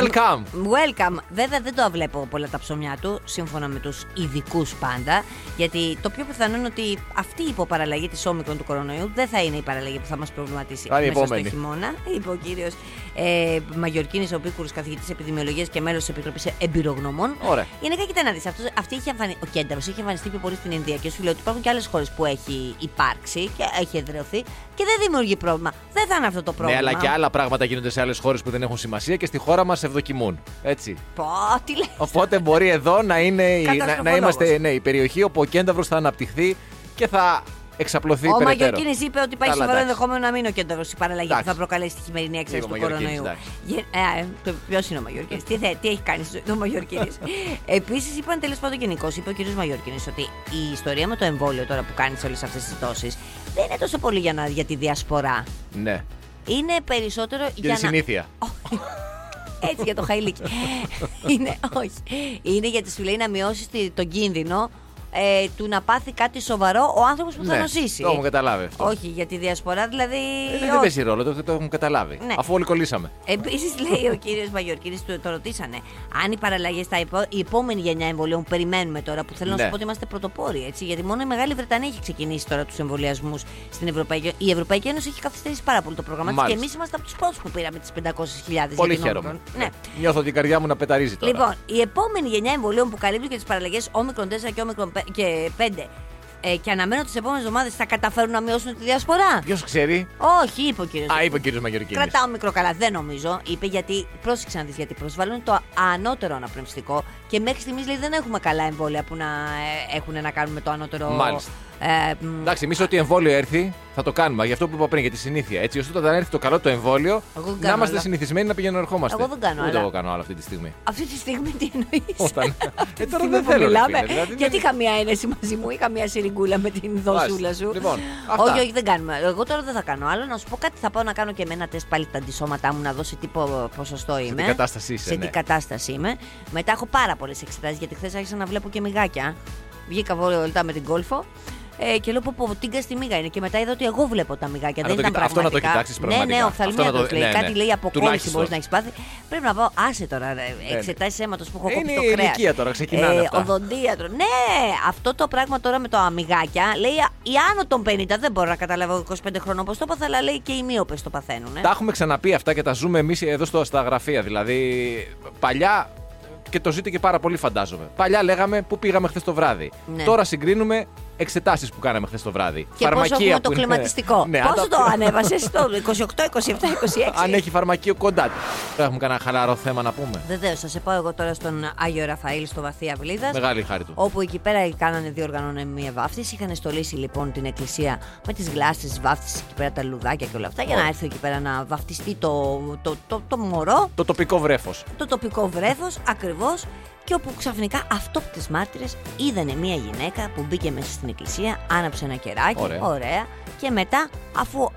C: Welcome.
D: Welcome. Βέβαια δεν το βλέπω πολλά τα ψωμιά του, σύμφωνα με τους ειδικούς πάντα, γιατί το πιο πιθανό είναι ότι αυτή η υποπαραλλαγή της όμικρον του κορονοϊού δεν θα είναι η παραλλαγή που θα μας προβληματίσει
C: Θα είναι η
D: μέσα
C: επόμενη.
D: στο χειμώνα. Είπε ο κύριος ε, Μαγιορκίνης, ο Πίκουρος, καθηγητής επιδημιολογίας και μέλος της Επιτροπής Εμπειρογνωμών.
C: Ωραία.
D: Γενικά, κοίτα να δεις, αυτός, αυτή είχε εμφανι... ο Κένταρος είχε εμφανιστεί πιο πολύ στην Ινδία και σου λέω ότι υπάρχουν και άλλες χώρες που έχει υπάρξει και έχει εδρεωθεί και δεν δημιουργεί πρόβλημα. Δεν θα είναι αυτό το
C: Ναι,
D: πρόβλημα.
C: αλλά και άλλα πράγματα γίνονται σε άλλες χώρες που δεν έχουν σημασία και στη χώρα μας ευδοκιμούν. Έτσι.
D: Πω, τι λες.
C: Οπότε μπορεί εδώ να, είναι η, να, να
D: Καταστροφολόγος.
C: είμαστε ναι, η περιοχή όπου ο κένταυρος θα αναπτυχθεί και θα εξαπλωθεί
D: Ο
C: περαιτέρω.
D: Μαγιορκίνης είπε ότι υπάρχει
C: Καλά,
D: σοβαρό
C: εντάξει.
D: ενδεχόμενο να μείνει ο κέντρος η παραλλαγή που
C: Εντάξει.
D: θα προκαλέσει τη χειμερινή έξαρση
C: Λίγο
D: του
C: Μαγιορκίνης,
D: κορονοϊού. ε, Ποιος είναι ο Μαγιορκίνης, τι, θε- τι έχει κάνει στο- ο Μαγιορκίνης. Επίσης, είπαν τέλος πάντων γενικώς, είπε ο κ. Μαγιορκίνης, ότι η ιστορία με το εμβόλιο τώρα που κάνεις όλες αυτές τις δόσει δεν είναι τόσο πολύ για, να, για τη διασπορά.
C: Ναι.
D: Είναι περισσότερο
C: Και
D: για
C: τη
D: να.
C: συνήθεια.
D: Έτσι για το χαϊλίκι. είναι, όχι. Είναι γιατί σου λέει να μειώσεις τον κίνδυνο ε, του να πάθει κάτι σοβαρό ο άνθρωπος που θα
C: ναι.
D: νοσήσει.
C: Το έχουμε καταλάβει αυτό.
D: Όχι, για τη διασπορά δηλαδή.
C: Ε, δεν παίζει ρόλο, το, το έχουμε καταλάβει.
D: Ναι.
C: Αφού όλοι κολλήσαμε.
D: Επίσης, λέει ο κύριος Μαγιορκίνη, του το ρωτήσανε. Αν οι παραλλαγές στα υπο... η επόμενη γενιά εμβολίων που περιμένουμε τώρα, που θέλω να
C: Ναι.
D: σου πω ότι είμαστε πρωτοπόροι, έτσι. Γιατί μόνο η Μεγάλη Βρετανία έχει ξεκινήσει τώρα τους εμβολιασμούς στην Ευρωπαϊκή Η Ευρωπαϊκή Ένωση έχει καθυστερήσει πάρα πολύ το πρόγραμμα της και
C: Μάλιστα.
D: εμείς είμαστε από τους πρώτους που πήραμε τις 500.000
C: Πολύ
D: για την
C: χαίρομαι. Ε,
D: Omicron. Ναι.
C: Νιώθω την καρδιά μου να πεταρίζει τώρα.
D: Λοιπόν, η επόμενη γενιά εμβολίων που καλύπτουν και τις παραλλαγές όμικρον 4 και όμικρον 5 ε, και αναμένω τις επόμενες εβδομάδες θα καταφέρουν να μειώσουν τη διασπορά.
C: Ποιος ξέρει.
D: Όχι, είπε ο κύριος.
C: Α, είπε ο κύριος Μαγιορκίνης.
D: Κρατάω μικρό καλά, δεν νομίζω. Είπε γιατί, πρόσεξε να δεις, γιατί προσβάλλουν το ανώτερο αναπνευστικό και μέχρι στιγμής λέει δεν έχουμε καλά εμβόλια που να ε, έχουν να κάνουν με το ανώτερο.
C: Μάλιστα.
D: Ε, μ,
C: Εντάξει, εμείς ό,τι εμβόλιο έρθει θα το κάνουμε. Γι' αυτό που είπα πριν, για τη συνήθεια. Έτσι, ώστε όταν έρθει το καλό το εμβόλιο,
D: Εγώ δεν
C: να
D: κάνω
C: είμαστε
D: άλλα.
C: συνηθισμένοι να πηγαίνουμε ερχόμαστε.
D: Εγώ δεν κάνω
C: Ούτε
D: άλλα.
C: εγώ κάνω άλλο αυτή τη στιγμή.
D: αυτή τη στιγμή τι εννοείς.
C: Όταν. ε, τώρα
D: Στιγμή
C: δεν
D: που
C: θέλω. ρε
D: μιλάμε.
C: φίλε, δηλαδή,
D: γιατί
C: δεν-
D: είχα μία ένεση μαζί μου, είχα μία σιριγκούλα με την δοσούλα σου.
C: Λοιπόν, αυτά.
D: όχι, όχι, δεν κάνουμε. Εγώ τώρα δεν θα κάνω άλλο. Να σου πω κάτι, θα πάω να κάνω και εμένα τεστ πάλι τα αντισώματά μου, να δω σε τι πο- ποσοστό είμαι.
C: τι κατάσταση είσαι,
D: Σε
C: ναι.
D: τι κατάσταση είμαι. Μετά έχω πάρα πολλές εξετάσεις γιατί χθες άρχισα να βλέπω και μυγάκια. Βγήκα βόλτα με την κόλφο. Ε, και λέω πω, πω τίγκα στη μίγα είναι. Και μετά είδα ότι εγώ βλέπω τα μυγάκια.
C: Α, να
D: δεν
C: το
D: ήταν
C: κοιτά- αυτό να το
D: πραγματικά.
C: κοιτάξεις
D: Ναι, ναι,
C: πραγματικά.
D: οφθαλμία
C: Αυτό να
D: το
C: το-
D: λέει.
C: ναι,
D: Κάτι
C: ναι.
D: λέει αποκόλληση
C: Τουλάχιστον. Ε, ναι.
D: μπορείς να έχεις πάθει. Πρέπει να πάω, άσε τώρα. Εξετάσεις αίματος που έχω
C: Είναι
D: κόψει το
C: η
D: κρέας.
C: ηλικία τώρα, ξεκινάνε αυτά.
D: Οδοντίατρο. Ε, Ναι, αυτό το πράγμα τώρα με το αμυγάκια λέει οι άνω των 50. Δεν μπορώ να καταλάβω 25 χρονών πώς το παθα, αλλά λέει και οι μείωπε το παθαίνουν. ε.
C: Τα έχουμε ξαναπεί αυτά και τα ζούμε εμείς εδώ στο, στα γραφεία. Δηλαδή, παλιά και το ζείτε και πάρα πολύ, φαντάζομαι. Παλιά λέγαμε πού πήγαμε χθες το βράδυ.
D: Ναι.
C: Τώρα συγκρίνουμε εξετάσεις που κάναμε χθες το βράδυ.
D: Και πόσο έχουμε το
C: που είναι-
D: κλιματιστικό.
C: Ναι, αν
D: πόσο
C: τα-
D: το ανέβασε το 28, 27, 26.
C: Αν έχει φαρμακείο κοντά. Τώρα έχουμε κανένα χαλαρό θέμα να πούμε.
D: Βεβαίως, θα σε πάω εγώ τώρα στον Άγιο Ραφαήλ στο Βαθύ Αυλίδας.
C: Μεγάλη χάρη του.
D: Όπου εκεί πέρα κάνανε διοργανώνε μία βάφτιση. Είχαν στολίσει λοιπόν την εκκλησία με τις γλάσσε βάφτισης εκεί πέρα, τα λουδάκια και όλα αυτά. Για να
C: Ωραία.
D: έρθει εκεί πέρα να βαφτιστεί το, το, το, το μωρό,
C: Το τοπικό βρέφος.
D: το τοπικό βρέφος ακριβώς. Και όπου ξαφνικά αυτόπτες μάρτυρες είδανε μία γυναίκα που μπήκε μέσα στην εκκλησία, άναψε ένα κεράκι.
C: Ωραία.
D: Και μετά, αφού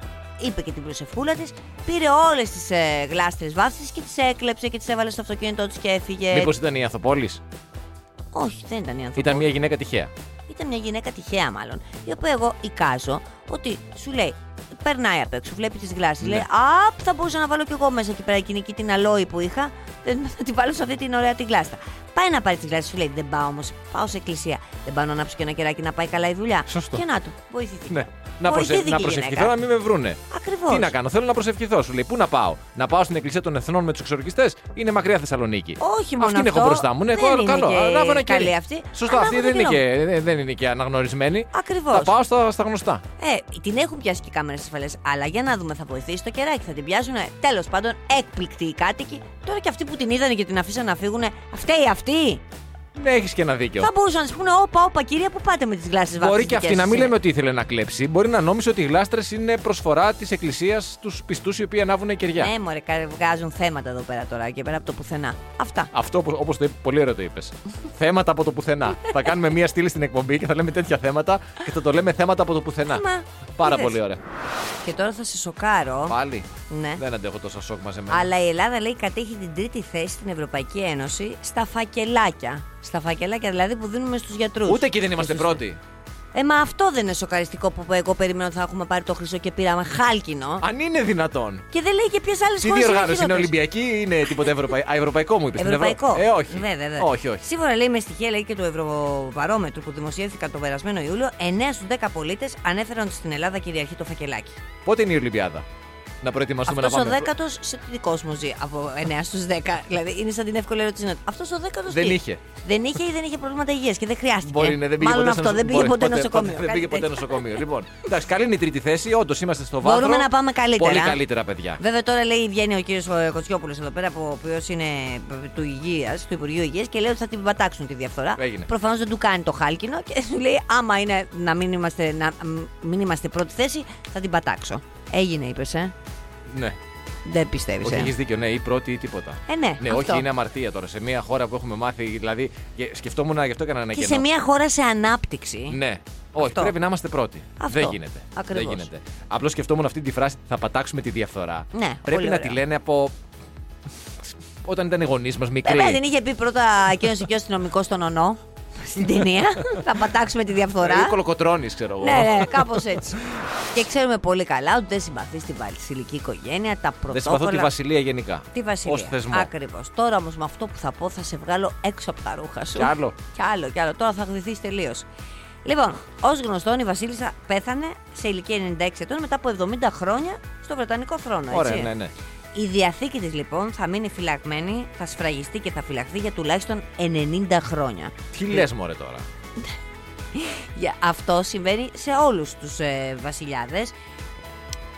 D: είπε και την προσευχούλα της, πήρε όλες τις ε, γλάστρες βάφτιση και τις έκλεψε και τις έβαλε στο αυτοκίνητό της και έφυγε.
C: Μήπως ήταν η Ανθοπόλη.
D: Όχι, δεν ήταν η ανθρωπότητα.
C: Ήταν μια γυναίκα τυχαία.
D: Ήταν μια γυναίκα τυχαία, μάλλον. Η οποία εγώ εικάζω ότι σου λέει, περνάει απ' έξω, βλέπει τις γλάσει.
C: Ναι.
D: Λέει, Α, θα μπορούσα να βάλω κι εγώ μέσα εκεί πέρα εκείνη εκεί την αλόη που είχα. Δεν θα τη βάλω σε αυτή την ωραία τη γλάστα. Πάει να πάρει τι γλάσει, σου λέει, Δεν πάω όμως, πάω σε εκκλησία. Δεν πάω να ανάψω και ένα κεράκι να πάει καλά η δουλειά.
C: Σωστό.
D: Και να του, βοηθήθηκε.
C: Ναι. Να, προσε-
D: Βοηθήθηκε
C: να
D: η
C: προσευχηθώ
D: γυναίκα.
C: να μην με βρούνε.
D: Ακριβώς.
C: Τι να κάνω, θέλω να προσευχηθώ. Σου λέει, Πού να πάω, Να πάω στην Εκκλησία των Εθνών με τους εξορκιστέ, είναι μακριά Θεσσαλονίκη.
D: Όχι μόνο
C: Αυτήν έχω
D: αυτό,
C: μπροστά μου. Ναι,
D: δεν
C: έχω άλλο
D: είναι
C: καλό.
D: και
C: Ανάβω ένα
D: καλή
C: κερί.
D: αυτή.
C: Σωστά,
D: Ανάβω
C: αυτή δεν είναι,
D: ένα
C: και, δεν- δεν είναι και αναγνωρισμένη.
D: Ακριβώς.
C: Θα πάω στα, στα γνωστά.
D: Ε, την έχουν πιάσει και οι κάμερες ασφαλές. Αλλά για να δούμε, θα βοηθήσει το κεράκι. Θα την πιάσουν. Τέλος πάντων, έκπληκτοι οι κάτοικοι. Τώρα και αυτοί που την είδανε και την αφήσαν να φύγουν, φταίει αυτή.
C: Ναι, έχεις και ένα δίκιο.
D: Θα μπορούσαν να τη πούνε: Όπα, όπα, κυρία, που πάτε με τις γλάσει βάφτιση.
C: Μπορεί και αυτή να μην
D: ε?»
C: λέμε ότι ήθελε να κλέψει. Μπορεί να νόμισε ότι οι γλάστρες είναι προσφορά της Εκκλησίας στους πιστούς οι οποίοι ανάβουν κεριά.
D: Ναι, μωρέ, κα- βγάζουν θέματα εδώ πέρα τώρα και πέρα από το πουθενά. Αυτά.
C: Αυτό όπως το είπε, πολύ ωραίο το είπες. θέματα από το πουθενά. θα κάνουμε μία στήλη στην εκπομπή και θα λέμε τέτοια θέματα και θα το λέμε θέματα από το πουθενά.
D: Μα,
C: Πάρα
D: είδες.
C: πολύ ωραία.
D: Και τώρα θα σε σοκάρω.
C: Πάλι.
D: Ναι.
C: Δεν αντέχω τόσο σοκ μαζεμένα.
D: Αλλά η Ελλάδα λέει κατέχει την τρίτη θέση στην Ευρωπαϊκή Ένωση στα φακελάκια. Στα φακελάκια δηλαδή που δίνουμε στους γιατρούς.
C: Ούτε εκεί δεν είμαστε πρώτοι.
D: Ε, μα αυτό δεν είναι σοκαριστικό που εγώ περίμενα ότι θα έχουμε πάρει το χρυσό και πήραμε χάλκινο.
C: Αν είναι δυνατόν.
D: Και δεν λέει και ποιες άλλες
C: Τι
D: χώρες.
C: διοργάνωση είναι Ολυμπιακή ή είναι τίποτα ευρωπαϊ... Α, ευρωπαϊκό μου είπες.
D: Ευρωπαϊκό.
C: Ε, όχι.
D: Ναι, βέβαια.
C: Όχι, όχι.
D: Σύμφωνα λέει με στοιχεία λέει και του Ευρωβαρόμετρου που δημοσιεύθηκαν τον περασμένο Ιούλιο, 9 στου 10 πολίτες ανέφεραν ότι στην Ελλάδα κυριαρχεί το φακελάκι.
C: Πότε είναι η Ολυμπιάδα. Να προετοιμαστούμε
D: Αυτός
C: να
D: ο
C: πάμε.
D: δέκατος σε τι κόσμο ζει από 9 στου 10. Δηλαδή είναι σαν την εύκολη ερώτηση να. Αυτός ο δέκατος.
C: Δεν είχε.
D: Δεν είχε ή δεν είχε προβλήματα υγείας και δεν χρειάστηκε.
C: Μπορεί, ναι, δεν πήγε
D: ε, Μάλλον
C: ποτέ
D: αυτό
C: στο νοσο-
D: δεν πήγε
C: μπορεί,
D: ποτέ
C: ποτέ-
D: νοσοκομείο.
C: ποτέ- Δεν
D: κάτι
C: πήγε ποτέ
D: τέτοιο.
C: νοσοκομείο. λοιπόν, εντάξει, καλή είναι η τρίτη θέση. Όντως είμαστε στο βάθρο.
D: Μπορούμε να πάμε καλύτερα.
C: Πολύ καλύτερα, παιδιά.
D: Βέβαια, τώρα λέει βγαίνει ο κύριος Κοτσιόπουλο εδώ πέρα, που- ο οποίος είναι του, υγείας, του Υπουργείου Υγείας και λέει ότι θα την πατάξουν τη διαφθορά.
C: Έγινε.
D: Προφανώς δεν του κάνει το χάλκινο και σου λέει: Άμα είναι να μην είμαστε, να, μ, μην είμαστε πρώτη θέση, θα την πατάξω. Έγινε, είπες, ε.
C: Ναι.
D: Δεν πιστεύεις.
C: Όχι,
D: Ε.
C: έχεις δίκιο, ναι, ή πρώτη ή τίποτα.
D: Ε, ναι,
C: ναι
D: αυτό.
C: όχι, είναι αμαρτία τώρα. Σε μια χώρα που έχουμε μάθει, δηλαδή. και Σκεφτόμουν, γι' αυτό έκανα ένα
D: Και
C: κενό.
D: σε μια χώρα σε ανάπτυξη. Ε,
C: Ναι. Όχι,
D: Αυτό.
C: πρέπει να είμαστε πρώτοι.
D: Αυτό.
C: Δεν γίνεται.
D: Ακριβώς.
C: Δεν γίνεται. Απλώς σκεφτόμουν αυτή τη φράση θα πατάξουμε τη διαφθορά.
D: Ναι,
C: πρέπει
D: πολύ
C: να
D: ωραία.
C: τη λένε από. όταν ήταν οι γονείς μας μικροί.
D: Ε, Βέβαια, την είχε πει πρώτα εκείνος εκεί ο αστυνομικό στον ονό στην ταινία. θα πατάξουμε τη διαφθορά.
C: Ή Ε, κολοκοτρώνεις, ξέρω εγώ.
D: Ναι, ναι, κάπως έτσι. και ξέρουμε πολύ καλά ότι δεν συμπαθεί στη βασιλική οικογένεια, τα πρωτόκολλα.
C: Δεν συμπαθώ τη Βασιλεία γενικά.
D: Τη Βασιλεία.
C: Ως θεσμό.
D: Ακριβώς. Τώρα όμως με αυτό που θα πω θα σε βγάλω έξω από τα ρούχα σου.
C: Κι άλλο.
D: Κι άλλο, κι άλλο. Τώρα θα γδυθεί τελείως. Λοιπόν, ως γνωστόν η Βασίλισσα πέθανε σε ηλικία 96 ετών μετά από 70 χρόνια στο Βρετανικό θρόνο.
C: Ωραία,
D: έτσι.
C: ναι, ναι.
D: Η διαθήκη της λοιπόν θα μείνει φυλαγμένη, θα σφραγιστεί και θα φυλαχθεί για τουλάχιστον 90 χρόνια.
C: Τι λες, Μωρέ τώρα.
D: Για- Αυτό συμβαίνει σε όλους τους ε, βασιλιάδες.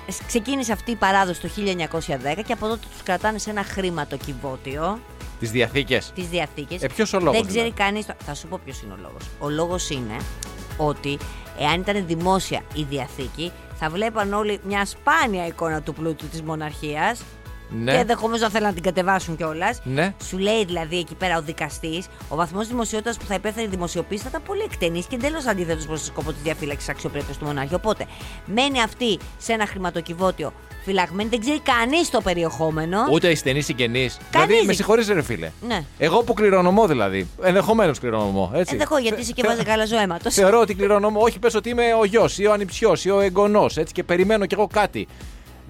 D: Σ- Ξεκίνησε αυτή η παράδοση το 1910 και από τότε τους κρατάνε σε ένα χρηματοκιβώτιο
C: Τις διαθήκες.
D: τις διαθήκες.
C: Ε, ποιος ο λόγος
D: Δεν ξέρει
C: δηλαδή?
D: κανείς... το- Θα σου πω ποιος είναι ο λόγος. Ο λόγος είναι ότι εάν ήταν δημόσια η διαθήκη θα βλέπαν όλοι μια σπάνια εικόνα του πλούτου της μοναρχίας
C: Ναι.
D: και ενδεχομένως να θέλουν να την κατεβάσουν κιόλας.
C: Ναι.
D: Σου λέει δηλαδή εκεί πέρα ο δικαστής, ο βαθμός δημοσιότητας που θα υπέφερε η δημοσιοποίηση θα ήταν πολύ εκτενής και εντελώς αντίθετος προς το σκοπό της διαφύλαξης αξιοπρέπειας του μονάρχη. Οπότε μένει αυτή σε ένα χρηματοκιβώτιο φυλαγμένη, δεν ξέρει κανείς το περιεχόμενο.
C: Ούτε οι στενοί συγγενεί.
D: Κανείς
C: Δηλαδή, με
D: δεν-
C: συγχωρείτε, ρε φίλε.
D: Ναι.
C: Εγώ που κληρονομώ δηλαδή. Ενδεχομένως κληρονομώ. Έτσι.
D: Ενδεχώ γιατί είσαι και βάζει καλά ζωέματο.
C: Θεωρώ ότι κληρονομώ. Όχι, πες ότι είμαι ο γιος ή ο ανιψιός ή ο εγγονός. Έτσι και περιμένω κι εγώ κάτι.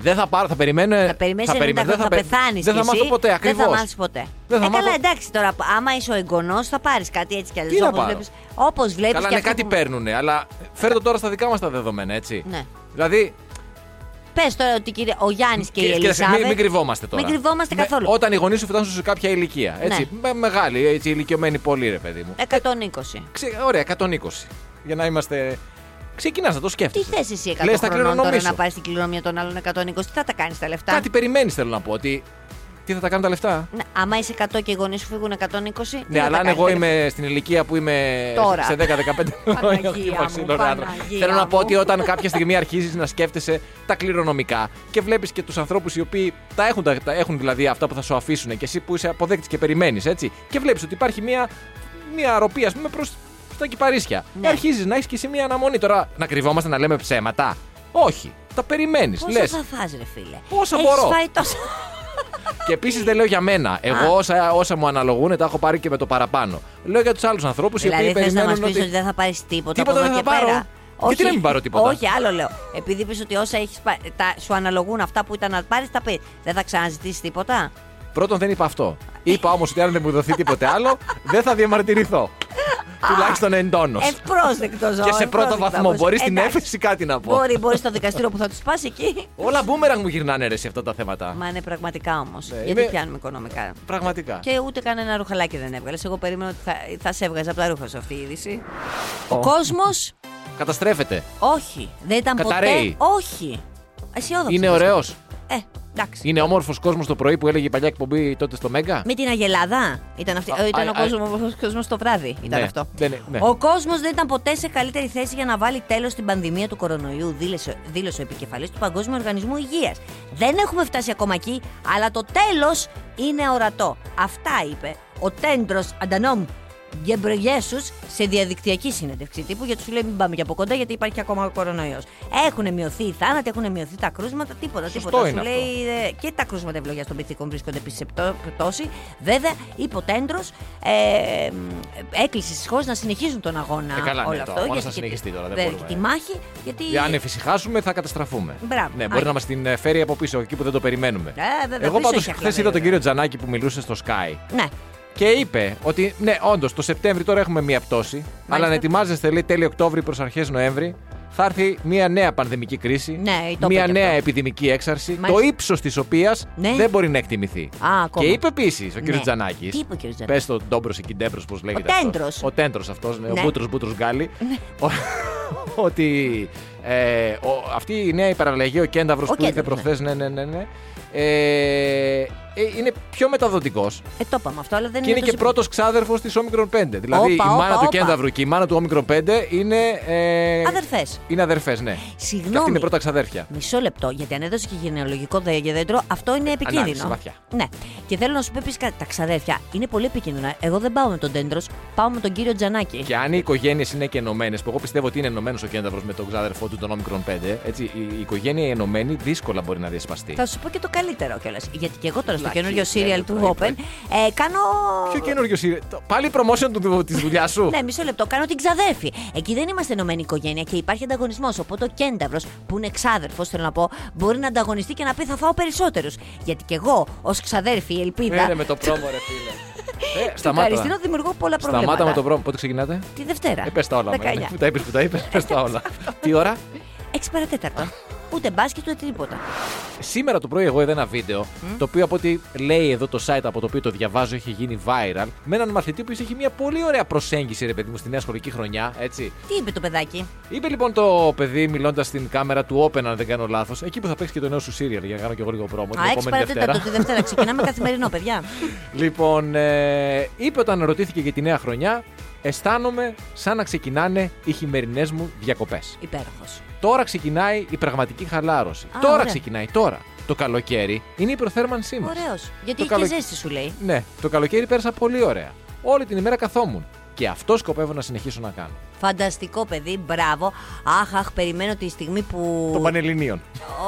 C: Δεν θα πάρω, θα περιμένω.
D: Θα περιμένεις 90
C: περιμένω,
D: χρόνια, θα,
C: πε-
D: πεθάνεις.
C: Δεν θα μάθω ποτέ, ακριβώ.
D: Δεν θα μάθεις ποτέ.
C: Δεν θα
D: ε, καλά,
C: μάθω-
D: εντάξει τώρα, άμα είσαι ο εγγονός, θα πάρεις κάτι έτσι κι αλλιώ.
C: Τι να
D: Όπως
C: πάρω?
D: βλέπεις. Όπως βλέπεις
C: Καλά,
D: και
C: ναι,
D: αυτό
C: κάτι
D: που-
C: παίρνουνε, αλλά φέρ το τώρα στα δικά μας τα δεδομένα, έτσι.
D: Ναι.
C: Δηλαδή.
D: Πες τώρα ότι κύριε, ο Γιάννης και, η
C: και- και σε-
D: Ελισάβετ.
C: μην, μην κρυβόμαστε τώρα. Ναι,
D: Μην κρυβόμαστε
C: Με-
D: καθόλου.
C: Όταν οι γονείς σου φτάσουν σε κάποια ηλικία. Έτσι,
D: Ναι. Ε-
C: με- μεγάλη, έτσι, ηλικιωμένη πολύ, ρε παιδί μου.
D: 120.
C: Ξε- Ωραία, 120. Για να είμαστε. Ξεκινάς να το
D: Τι
C: σκέφτεσαι.
D: θες εσύ 100
C: Λες, θα
D: χρονών τώρα
C: κληρονομήσω.
D: να πάρει την κληρονομία των άλλων 120, τι θα τα κάνεις τα λεφτά.
C: Κάτι περιμένεις, θέλω να πω. Ότι. Τι θα τα κάνουν τα λεφτά.
D: Ναι, άμα είσαι 100 και οι γονείς σου φύγουν 120. τι
C: Ναι,
D: θα τα
C: αλλά αν
D: κάνεις
C: εγώ
D: τα λεφτά.
C: είμαι στην ηλικία που είμαι
D: Τώρα.
C: σε 10-15 χρόνια.
D: Παναγία
C: όχι
D: μου,
C: βασίλων άντρα.
D: Παναγία
C: Θέλω να πω
D: μου.
C: ότι όταν κάποια στιγμή αρχίζεις να σκέφτεσαι τα κληρονομικά και βλέπεις και τους ανθρώπους οι οποίοι τα έχουν, τα, τα έχουν δηλαδή αυτά που θα σου αφήσουν και εσύ που είσαι αποδέκτης και περιμένεις, έτσι. Και βλέπεις ότι υπάρχει μια, μια αροπή, ας πούμε, προς τα κυπαρίσια.
D: Ναι.
C: Αρχίζεις να έχεις και εσύ μια αναμονή. Τώρα να κρυβόμαστε να λέμε ψέματα. Όχι. Τα περιμένεις.
D: Πόσα
C: Λες.
D: θα φας ρε φίλε.
C: Πόσα
D: Έχεις
C: μπορώ.
D: φάει τόσα.
C: Και επίσης δεν λέω για μένα. Εγώ όσα, όσα μου αναλογούν τα έχω πάρει και με το παραπάνω. Λέω για τους άλλους ανθρώπους οι
D: δηλαδή
C: οποίοι
D: θες να μα
C: περιμένουν
D: πεις ότι... δεν θα πάρεις τίποτα,
C: Τίποτα
D: από εδώ
C: δεν θα
D: και
C: πάρω.
D: πέρα.
C: Γιατί να μην πάρω τίποτα.
D: Όχι, άλλο λέω. Επειδή πεις ότι όσα έχεις, πα- τα, σου αναλογούν αυτά που ήταν να πάρεις, τα πει. Δεν θα ξαναζητήσεις τίποτα.
C: Πρώτον δεν είπα αυτό. Είπα όμως ότι αν δεν μου δοθεί τίποτε άλλο, δεν θα διαμαρτυρηθώ. Τουλάχιστον εντόνως.
D: Ε, Ευπρόσδεκτο ζώο.
C: Και σε πρώτο
D: ευπρόσδεκτο
C: βαθμό.
D: όμως.
C: Μπορεί στην
D: ε, Εντάξει.
C: έφεση κάτι να πω.
D: Μπορεί, μπορείς στο δικαστήριο που θα τους πας εκεί.
C: Όλα μπούμεραγκ μου γυρνάνε ρε σε αυτά τα θέματα.
D: Μα είναι πραγματικά όμως.
C: Ναι,
D: γιατί
C: είμαι-
D: πιάνουμε οικονομικά.
C: Πραγματικά.
D: Και ούτε κανένα ρουχαλάκι δεν έβγαλες. Εγώ περίμενα ότι θα, θα σε έβγαζε από τα ρούχα σου αυτή η είδηση. Ο κόσμος,
C: Καταστρέφεται.
D: όχι. Δεν ήταν
C: Καταραίει.
D: ποτέ. Όχι. Αισιόδοξος.
C: Είναι ωραίος.
D: Ε, εντάξει.
C: Είναι όμορφος κόσμος το πρωί που έλεγε η παλιά εκπομπή τότε στο Μέγκα.
D: Με την Αγελάδα. Ήταν, αυτή, ε,
C: Α,
D: ήταν
C: α,
D: ο
C: α,
D: κόσμος κόσμος το βράδυ. Ήταν
C: Ναι,
D: αυτό.
C: δεν είναι, ναι.
D: Ο κόσμος δεν ήταν ποτέ σε καλύτερη θέση για να βάλει τέλος στην πανδημία του κορονοϊού, δήλωσε, δήλωσε ο επικεφαλής του Παγκόσμιου Οργανισμού Υγείας. Δεν έχουμε φτάσει ακόμα εκεί, αλλά το τέλος είναι ορατό. Αυτά είπε ο τέντρος Αντανόμ Γκεμπρεγέσου σε διαδικτυακή συνέντευξη τύπου, γιατί σου λέει μην πάμε και από κοντά, γιατί υπάρχει ακόμα ο κορονοϊός. Έχουν μειωθεί οι θάνατοι, έχουν μειωθεί τα κρούσματα, τίποτα.
C: Σωστό
D: τίποτα.
C: είναι
D: σου λέει ε, και τα κρούσματα ευλογίας των πυθίκων βρίσκονται επίσης σε πτώ- πτώση. Βέβαια, είπε ο Τέντρο ε, έκλεισε στις χώρες να συνεχίζουν τον αγώνα
C: Ε, καλά, ναι,
D: όλο
C: το
D: αυτό.
C: αγώνας
D: γιατί
C: θα
D: και-
C: συνεχιστεί τώρα, δεν
D: δε-
C: μπορούμε. Ε,
D: Και τη μάχη, γιατί.
C: Αν εφησυχάσουμε, θα καταστραφούμε.
D: Μπράβο.
C: Ναι, μπορεί
D: Α.
C: να μας την ε, φέρει από πίσω, εκεί που δεν το περιμένουμε.
D: Ε, βέβαια,
C: Εγώ
D: πίσω
C: πάντως
D: έχει
C: χθες
D: ακλαβή,
C: είδα τον
D: βέβαια.
C: κύριο Τζανάκη που μιλούσε στο Sky.
D: Ναι,
C: Και είπε ότι ναι, όντως το Σεπτέμβρη τώρα έχουμε μία πτώση. Αλλά να ετοιμάζεστε, λέει, τέλειο Οκτώβρη προς αρχές Νοέμβρη. Θα έρθει μία νέα πανδημική κρίση.
D: Ναι, το
C: μία
D: είπε και
C: νέα
D: αυτό.
C: επιδημική έξαρση.
D: Μάλιστα.
C: Το ύψος της οποίας
D: Ναι.
C: δεν μπορεί να εκτιμηθεί.
D: Α, ακόμα.
C: Και είπε επίσης ο κ.
D: Ναι.
C: Τζανάκης.
D: Τι είπε ο κύριος
C: Πε
D: Τζανάκης?
C: τον Ντόμπρο ή Κιντέμπρο, πώς λέγεται.
D: Ο
C: αυτός.
D: Τέντρος.
C: Ο Τέντρος αυτός, ναι,
D: Ναι.
C: ο Μπούτρος Μπούτρος Γκάλι. ότι ε, ο, αυτή η νέα υπεραλλαγή, ο Κένταυρος
D: Ο
C: που ήρθε
D: Κένταυρος,
C: προχθές, ναι, ναι, ναι. ναι, ε, ε, είναι πιο μεταδοτικός.
D: ε, το είπαμε αυτό, αλλά δεν
C: Και είναι και
D: τόσο-
C: πρώτος ξάδερφος της Όμικρον 5. Δηλαδή
D: Όπα,
C: η μάνα
D: όπα,
C: του
D: όπα.
C: Κένταβρου και η μάνα του Όμικρον 5 είναι. Ε,
D: Αδερφές.
C: Είναι αδερφές, ναι. Και
D: Συγγνώμη.
C: αυτή είναι πρώτα ξαδέρφια.
D: Μισό λεπτό, γιατί αν έδωσε και γενεολογικό δε- δέντρο, αυτό είναι επικίνδυνο.
C: Ανάλυση, βαθιά.
D: Ναι. Και θέλω να σου πω επίσης κάτι. Τα ξαδέρφια είναι πολύ επικίνδυνα. Εγώ δεν πάω με τον τέντρος, πάω με τον κύριο Τζανάκη.
C: Και αν οι οικογένειες είναι και ενωμένες, που εγώ πιστεύω ότι είναι ενωμένος ο Κένταβρο με τον ξάδερφό του, τον Όμικρον 5, έτσι, η η οικογένεια η ενωμένη δύσκολα μπορεί να διασπαστεί.
D: Θα σου πω και το καλύτερο κιόλας. Γιατί και εγώ τώρα στο
C: Λακή,
D: καινούριο
C: τέλειο
D: σύριαλ του Open
C: πρωί-πρωί.
D: ε, κάνω.
C: Ποιο καινούριο είναι. το- Πάλι promotion της δουλειάς σου.
D: Ναι, μισό λεπτό. Κάνω την ξαδέρφη. Εκεί δεν είμαστε ενωμένη οικογένεια και υπάρχει ανταγωνισμός. Οπότε ο κένταυρος, που είναι ξάδερφος, θέλω να πω, μπορεί να ανταγωνιστεί και να πει θα φάω περισσότερους. Γιατί και εγώ, ως ξαδέρφη, η ελπίδα.
C: Έρε Ε, ναι, με το πρόμο, ρε φίλε. Ε,
D: του
C: Σταμάτα.
D: Καριστίνο δημιουργώ πολλά προβλήματα.
C: Σταμάτα με το πρόμο. Πότε ξεκινάτε.
D: Τη Δευτέρα.
C: Ε, πες τα όλα.
D: 19.
C: μωρέ. Που τα είπες, που τα είπες. Πες τα όλα. Τι ώρα.
D: Έξι παρατέταρτο. Ούτε μπάσκετ ούτε τίποτα.
C: Σήμερα το πρωί εγώ είδα ένα βίντεο το οποίο από ό,τι λέει εδώ το site από το οποίο το διαβάζω έχει γίνει viral με έναν μαθητή που έχει μια πολύ ωραία προσέγγιση ρε παιδί μου στη νέα σχολική χρονιά, έτσι.
D: Τι είπε το παιδάκι.
C: Είπε λοιπόν το παιδί μιλώντας στην κάμερα του Open, αν δεν κάνω λάθος, εκεί που θα παίξει και το νέο σου serial για να κάνω και εγώ λίγο πρόμο. την
D: Α, έξι
C: επόμενη
D: παρατέταρτο
C: Δευτέρα.
D: τη Δευτέρα. Ξεκινάμε καθημερινό, παιδιά.
C: Λοιπόν, ε, είπε όταν ρωτήθηκε για τη νέα χρονιά, αισθάνομαι σαν να ξεκινάνε οι χειμερινές μου διακοπές.
D: Υπέροχος.
C: Τώρα ξεκινάει η πραγματική χαλάρωση.
D: Α,
C: τώρα
D: ωραία.
C: ξεκινάει, τώρα. το καλοκαίρι είναι η προθέρμανσή μας.
D: Ωραίος. Γιατί
C: Το
D: έχει
C: καλο-
D: και ζέστη, σου λέει.
C: Ναι, το καλοκαίρι πέρασα πολύ ωραία. Όλη την ημέρα καθόμουν. Και αυτό σκοπεύω να συνεχίσω να κάνω.
D: Φανταστικό παιδί, μπράβο. Αχ, αχ, περιμένω τη στιγμή που.
C: Των Πανελληνίων.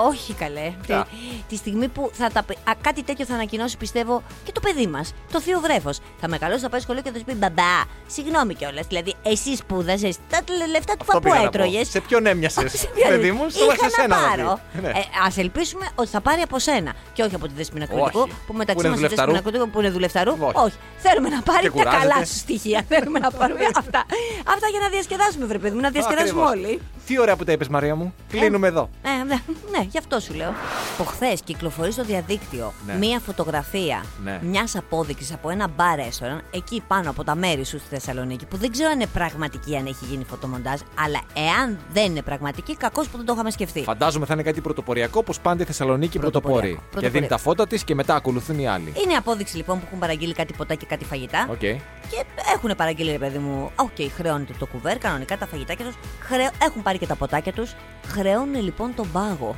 D: Όχι καλέ. Τη,
C: Ποια?
D: τη στιγμή που θα τα... πε- Α, κάτι τέτοιο θα ανακοινώσει, πιστεύω, και το παιδί μας. Το θείο βρέφος. Θα μεγαλώσει, θα πάει σχολείο και θα του πει μπαμπά. Συγγνώμη κιόλας. Δηλαδή, εσύ σπούδασε τα τλε- λεφτά του παππού έτρωγες.
C: Σε ποιον έμοιασες, παιδί μου, στο σε
D: Είχα να
C: σένα. να
D: πάρω.
C: πεις. Ναι.
D: Ας ελπίσουμε ότι θα πάρει από σένα. Και όχι από τη Δεσπίνα
C: Όχι.
D: Κριτικού,
C: Που
D: που
C: είναι
D: μεταξύ μας η
C: δουλευταρού.
D: Δεσπίνα Κριτικού που είναι δουλευταρού.
C: Όχι.
D: Όχι. Θέλουμε να πάρει
C: Και
D: τα καλά
C: κουράζεται.
D: σου στοιχεία. Θέλουμε να πάρουμε αυτά. Αυτά για να διασκεδάσουμε, βρε παιδί μου, να διασκεδάσουμε
C: Ακριβώς.
D: όλοι.
C: Τι ωραία που τα είπες, Μαρία μου. Κλείνουμε εδώ.
D: Ε, ναι, ναι, γι' αυτό σου λέω. Από χθε κυκλοφορεί στο διαδίκτυο
C: Ναι.
D: μία φωτογραφία
C: Ναι.
D: μιας απόδειξης από ένα μπαρ restaurant εκεί πάνω από τα μέρη σου στη Θεσσαλονίκη. Που δεν ξέρω αν είναι πραγματική, αν έχει γίνει φωτομοντάζ, αλλά εάν δεν είναι πραγματική, κακώ που δεν το είχαμε σκεφτεί.
C: Φαντάζομαι θα είναι κάτι πρωτοποριακό, όπως πάντα η Θεσσαλονίκη
D: Πρωτοποριακό.
C: πρωτοπορεί. Και
D: Πρωτοποριακό.
C: δίνει τα φώτα της και μετά ακολουθούν οι άλλοι.
D: Είναι απόδειξη λοιπόν που έχουν παραγγείλει κάτι ποτά και κάτι φαγητά.
C: Οκ.
D: Και έχουν παραγγείλει, ρε παιδί μου. Οκ, χρεώνεται το κουβέρ, κανονικά τα φαγητάκια τους. Έχουν πάρει και τα ποτάκια τους. Χρεώνουν λοιπόν τον πάγο.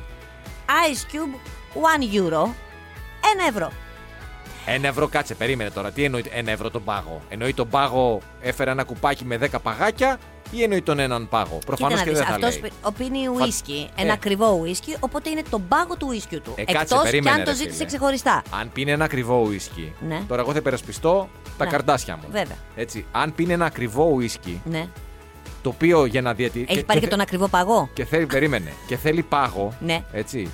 D: Ice Cube 1 euro. 1 ευρώ.
C: Ένα ευρώ, κάτσε, περίμενε τώρα. Τι εννοεί ένα ευρώ τον πάγο. Εννοεί τον πάγο έφερε ένα κουπάκι με 10 παγάκια ή εννοεί τον έναν πάγο. Προφανώ
D: Κοίτα
C: και
D: να δεις,
C: δεν θα λέει.
D: αυτός πι- ο πίνει ουίσκι,
C: Ε.
D: ένα ακριβό ουίσκι, οπότε είναι τον πάγο του ουίσκιου του.
C: Ε, κάτσε,
D: και
C: περίμενε,
D: αν το
C: ρε
D: ζήτησε
C: φίλε.
D: ξεχωριστά.
C: Αν πίνει ένα ακριβό ουίσκι.
D: Ναι.
C: Τώρα εγώ θα υπερασπιστώ τα
D: Ναι.
C: καρτάσια μου.
D: Βέβαια.
C: Έτσι, αν πίνει ένα ακριβό ουίσκι,
D: Ναι.
C: το οποίο για να διατηρήσει.
D: Έχει πάρει και, τον ακριβό παγό.
C: Και θέλει, περίμενε. Και θέλει πάγο.
D: Ναι.
C: Έτσι.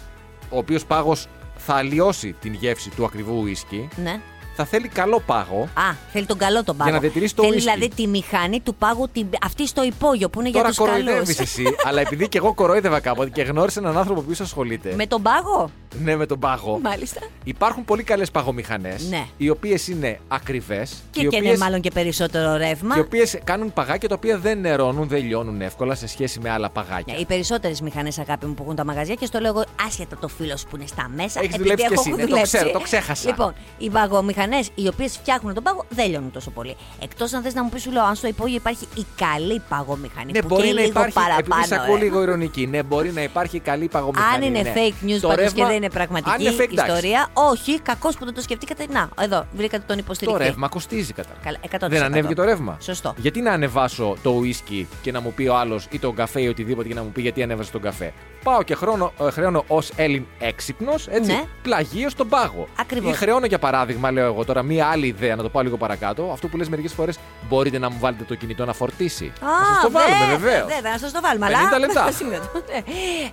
C: Ο οποίο πάγο θα αλλοιώσει την γεύση του ακριβού ουίσκι.
D: Ναι.
C: Θα θέλει καλό πάγο.
D: Α, θέλει τον καλό τον πάγο.
C: Για να διατηρήσει το
D: θέλει
C: ουίσκι.
D: δηλαδή τη μηχανή του πάγου, την... αυτή στο υπόγειο που είναι
C: Τώρα
D: Ε, για τους καλούς.
C: κοροϊδεύεις εσύ, αλλά επειδή και εγώ κοροϊδεύα κάποτε και γνώρισα έναν άνθρωπο που ασχολείται.
D: Με τον πάγο,
C: Ναι, με τον πάγο.
D: μάλιστα.
C: Υπάρχουν πολύ καλές παγομηχανέ.
D: Ναι.
C: Οι οποίες είναι ακριβές.
D: Και καίνε μάλλον και περισσότερο ρεύμα.
C: Οι οποίες κάνουν παγάκια τα οποία δεν νερώνουν, δεν λιώνουν εύκολα σε σχέση με άλλα παγάκια.
D: Ναι, Οι περισσότερες μηχανές, αγάπη μου, που έχουν τα μαγαζιά και στο λέω εγώ, άσχετα το φίλος σου που είναι στα μέσα.
C: Έχεις
D: επειδή
C: δουλέψει κι
D: έχω
C: εσύ, ναι, το
D: δουλέψει.
C: ξέρω, το ξέχασα.
D: Λοιπόν, οι παγομηχανέ οι οποίες φτιάχνουν τον πάγο δεν λιώνουν τόσο πολύ. Εκτός αν θες να μου πεις, σου λέω, αν στο υπόγειο υπάρχει η καλή παγομηχανή.
C: Ναι,
D: που
C: μπορεί
D: καίει
C: να
D: λίγο
C: υπάρχει. επειδή σε
D: παραπάνω.
C: ακούω
D: ε.
C: λίγο ηρωνική. Ναι, μπορεί να υπάρχει καλή παγομηχανή.
D: Αν είναι
C: ναι.
D: fake news
C: Το
D: πάντως και
C: ρεύμα-
D: δεν είναι πραγματική
C: αν είναι fake, εντάξει.
D: ιστορία, όχι, κακώ που δεν το σκεφτήκατε. Να, εδώ βρήκατε τον
C: Το
D: υποστηρικτή.
C: ρεύμα κοστίζει καταρχά.
D: Καλά, 100%.
C: Δεν ανέβηκε το ρεύμα.
D: Σωστό.
C: Γιατί να ανεβάσω το ουίσκι και να μου πει ο άλλος ή τον καφέ ή οτιδήποτε και να μου πει γιατί ανέβασε τον καφέ. Πάω και χρόνο, ε, χρεώνω ως Έλλην έξυπνος, έτσι.
D: Ναι.
C: Πλαγίως στον πάγο.
D: Ακριβώς.
C: Ή χρεώνω για παράδειγμα, λέω εγώ τώρα, μία άλλη ιδέα να το πάω λίγο παρακάτω. Αυτό που λες μερικές φορές, μπορείτε να μου βάλετε το κινητό να φορτίσει.
D: Α,
C: να σας το βάλουμε βεβαίως.
D: Βέβαια, να σας το βάλουμε.
C: 50
D: αλλά...
C: λεπτά.
D: Σημειωτό, ναι.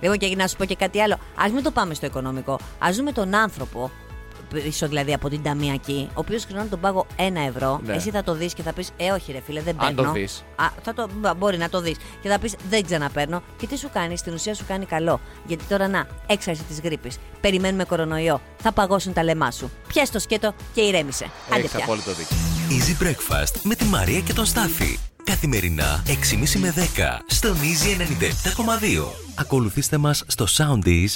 D: λοιπόν, και να σου πω και κάτι άλλο. Ας μην το πάμε στο οικονομικό. Ας δούμε τον άνθρωπο πίσω δηλαδή από την ταμιακή, ο οποίος χρειάζεται τον πάγο 1 ευρώ.
C: Ναι.
D: Εσύ θα το δεις και θα πεις: Ε, όχι, ρε φίλε, δεν
C: Αν
D: παίρνω.
C: το δεις.
D: Α, θα το, μπα, μπορεί να το δεις. Και θα πεις: Δεν ξαναπαίρνω. Και τι σου κάνει, στην ουσία σου κάνει καλό. Γιατί τώρα να, έξαρση της γρήπης. Περιμένουμε κορονοϊό. Θα παγώσουν τα λεμά σου. Πιέσαι το σκέτο και ηρέμησε. Άντε
C: Έχει
D: πια.
C: απόλυτο δίκιο.
B: Easy Breakfast με τη Μαρία και τον Στάφη. Καθημερινά 6.30 με 10 στον Easy 97.2. Ακολουθήστε μας στο Soundees,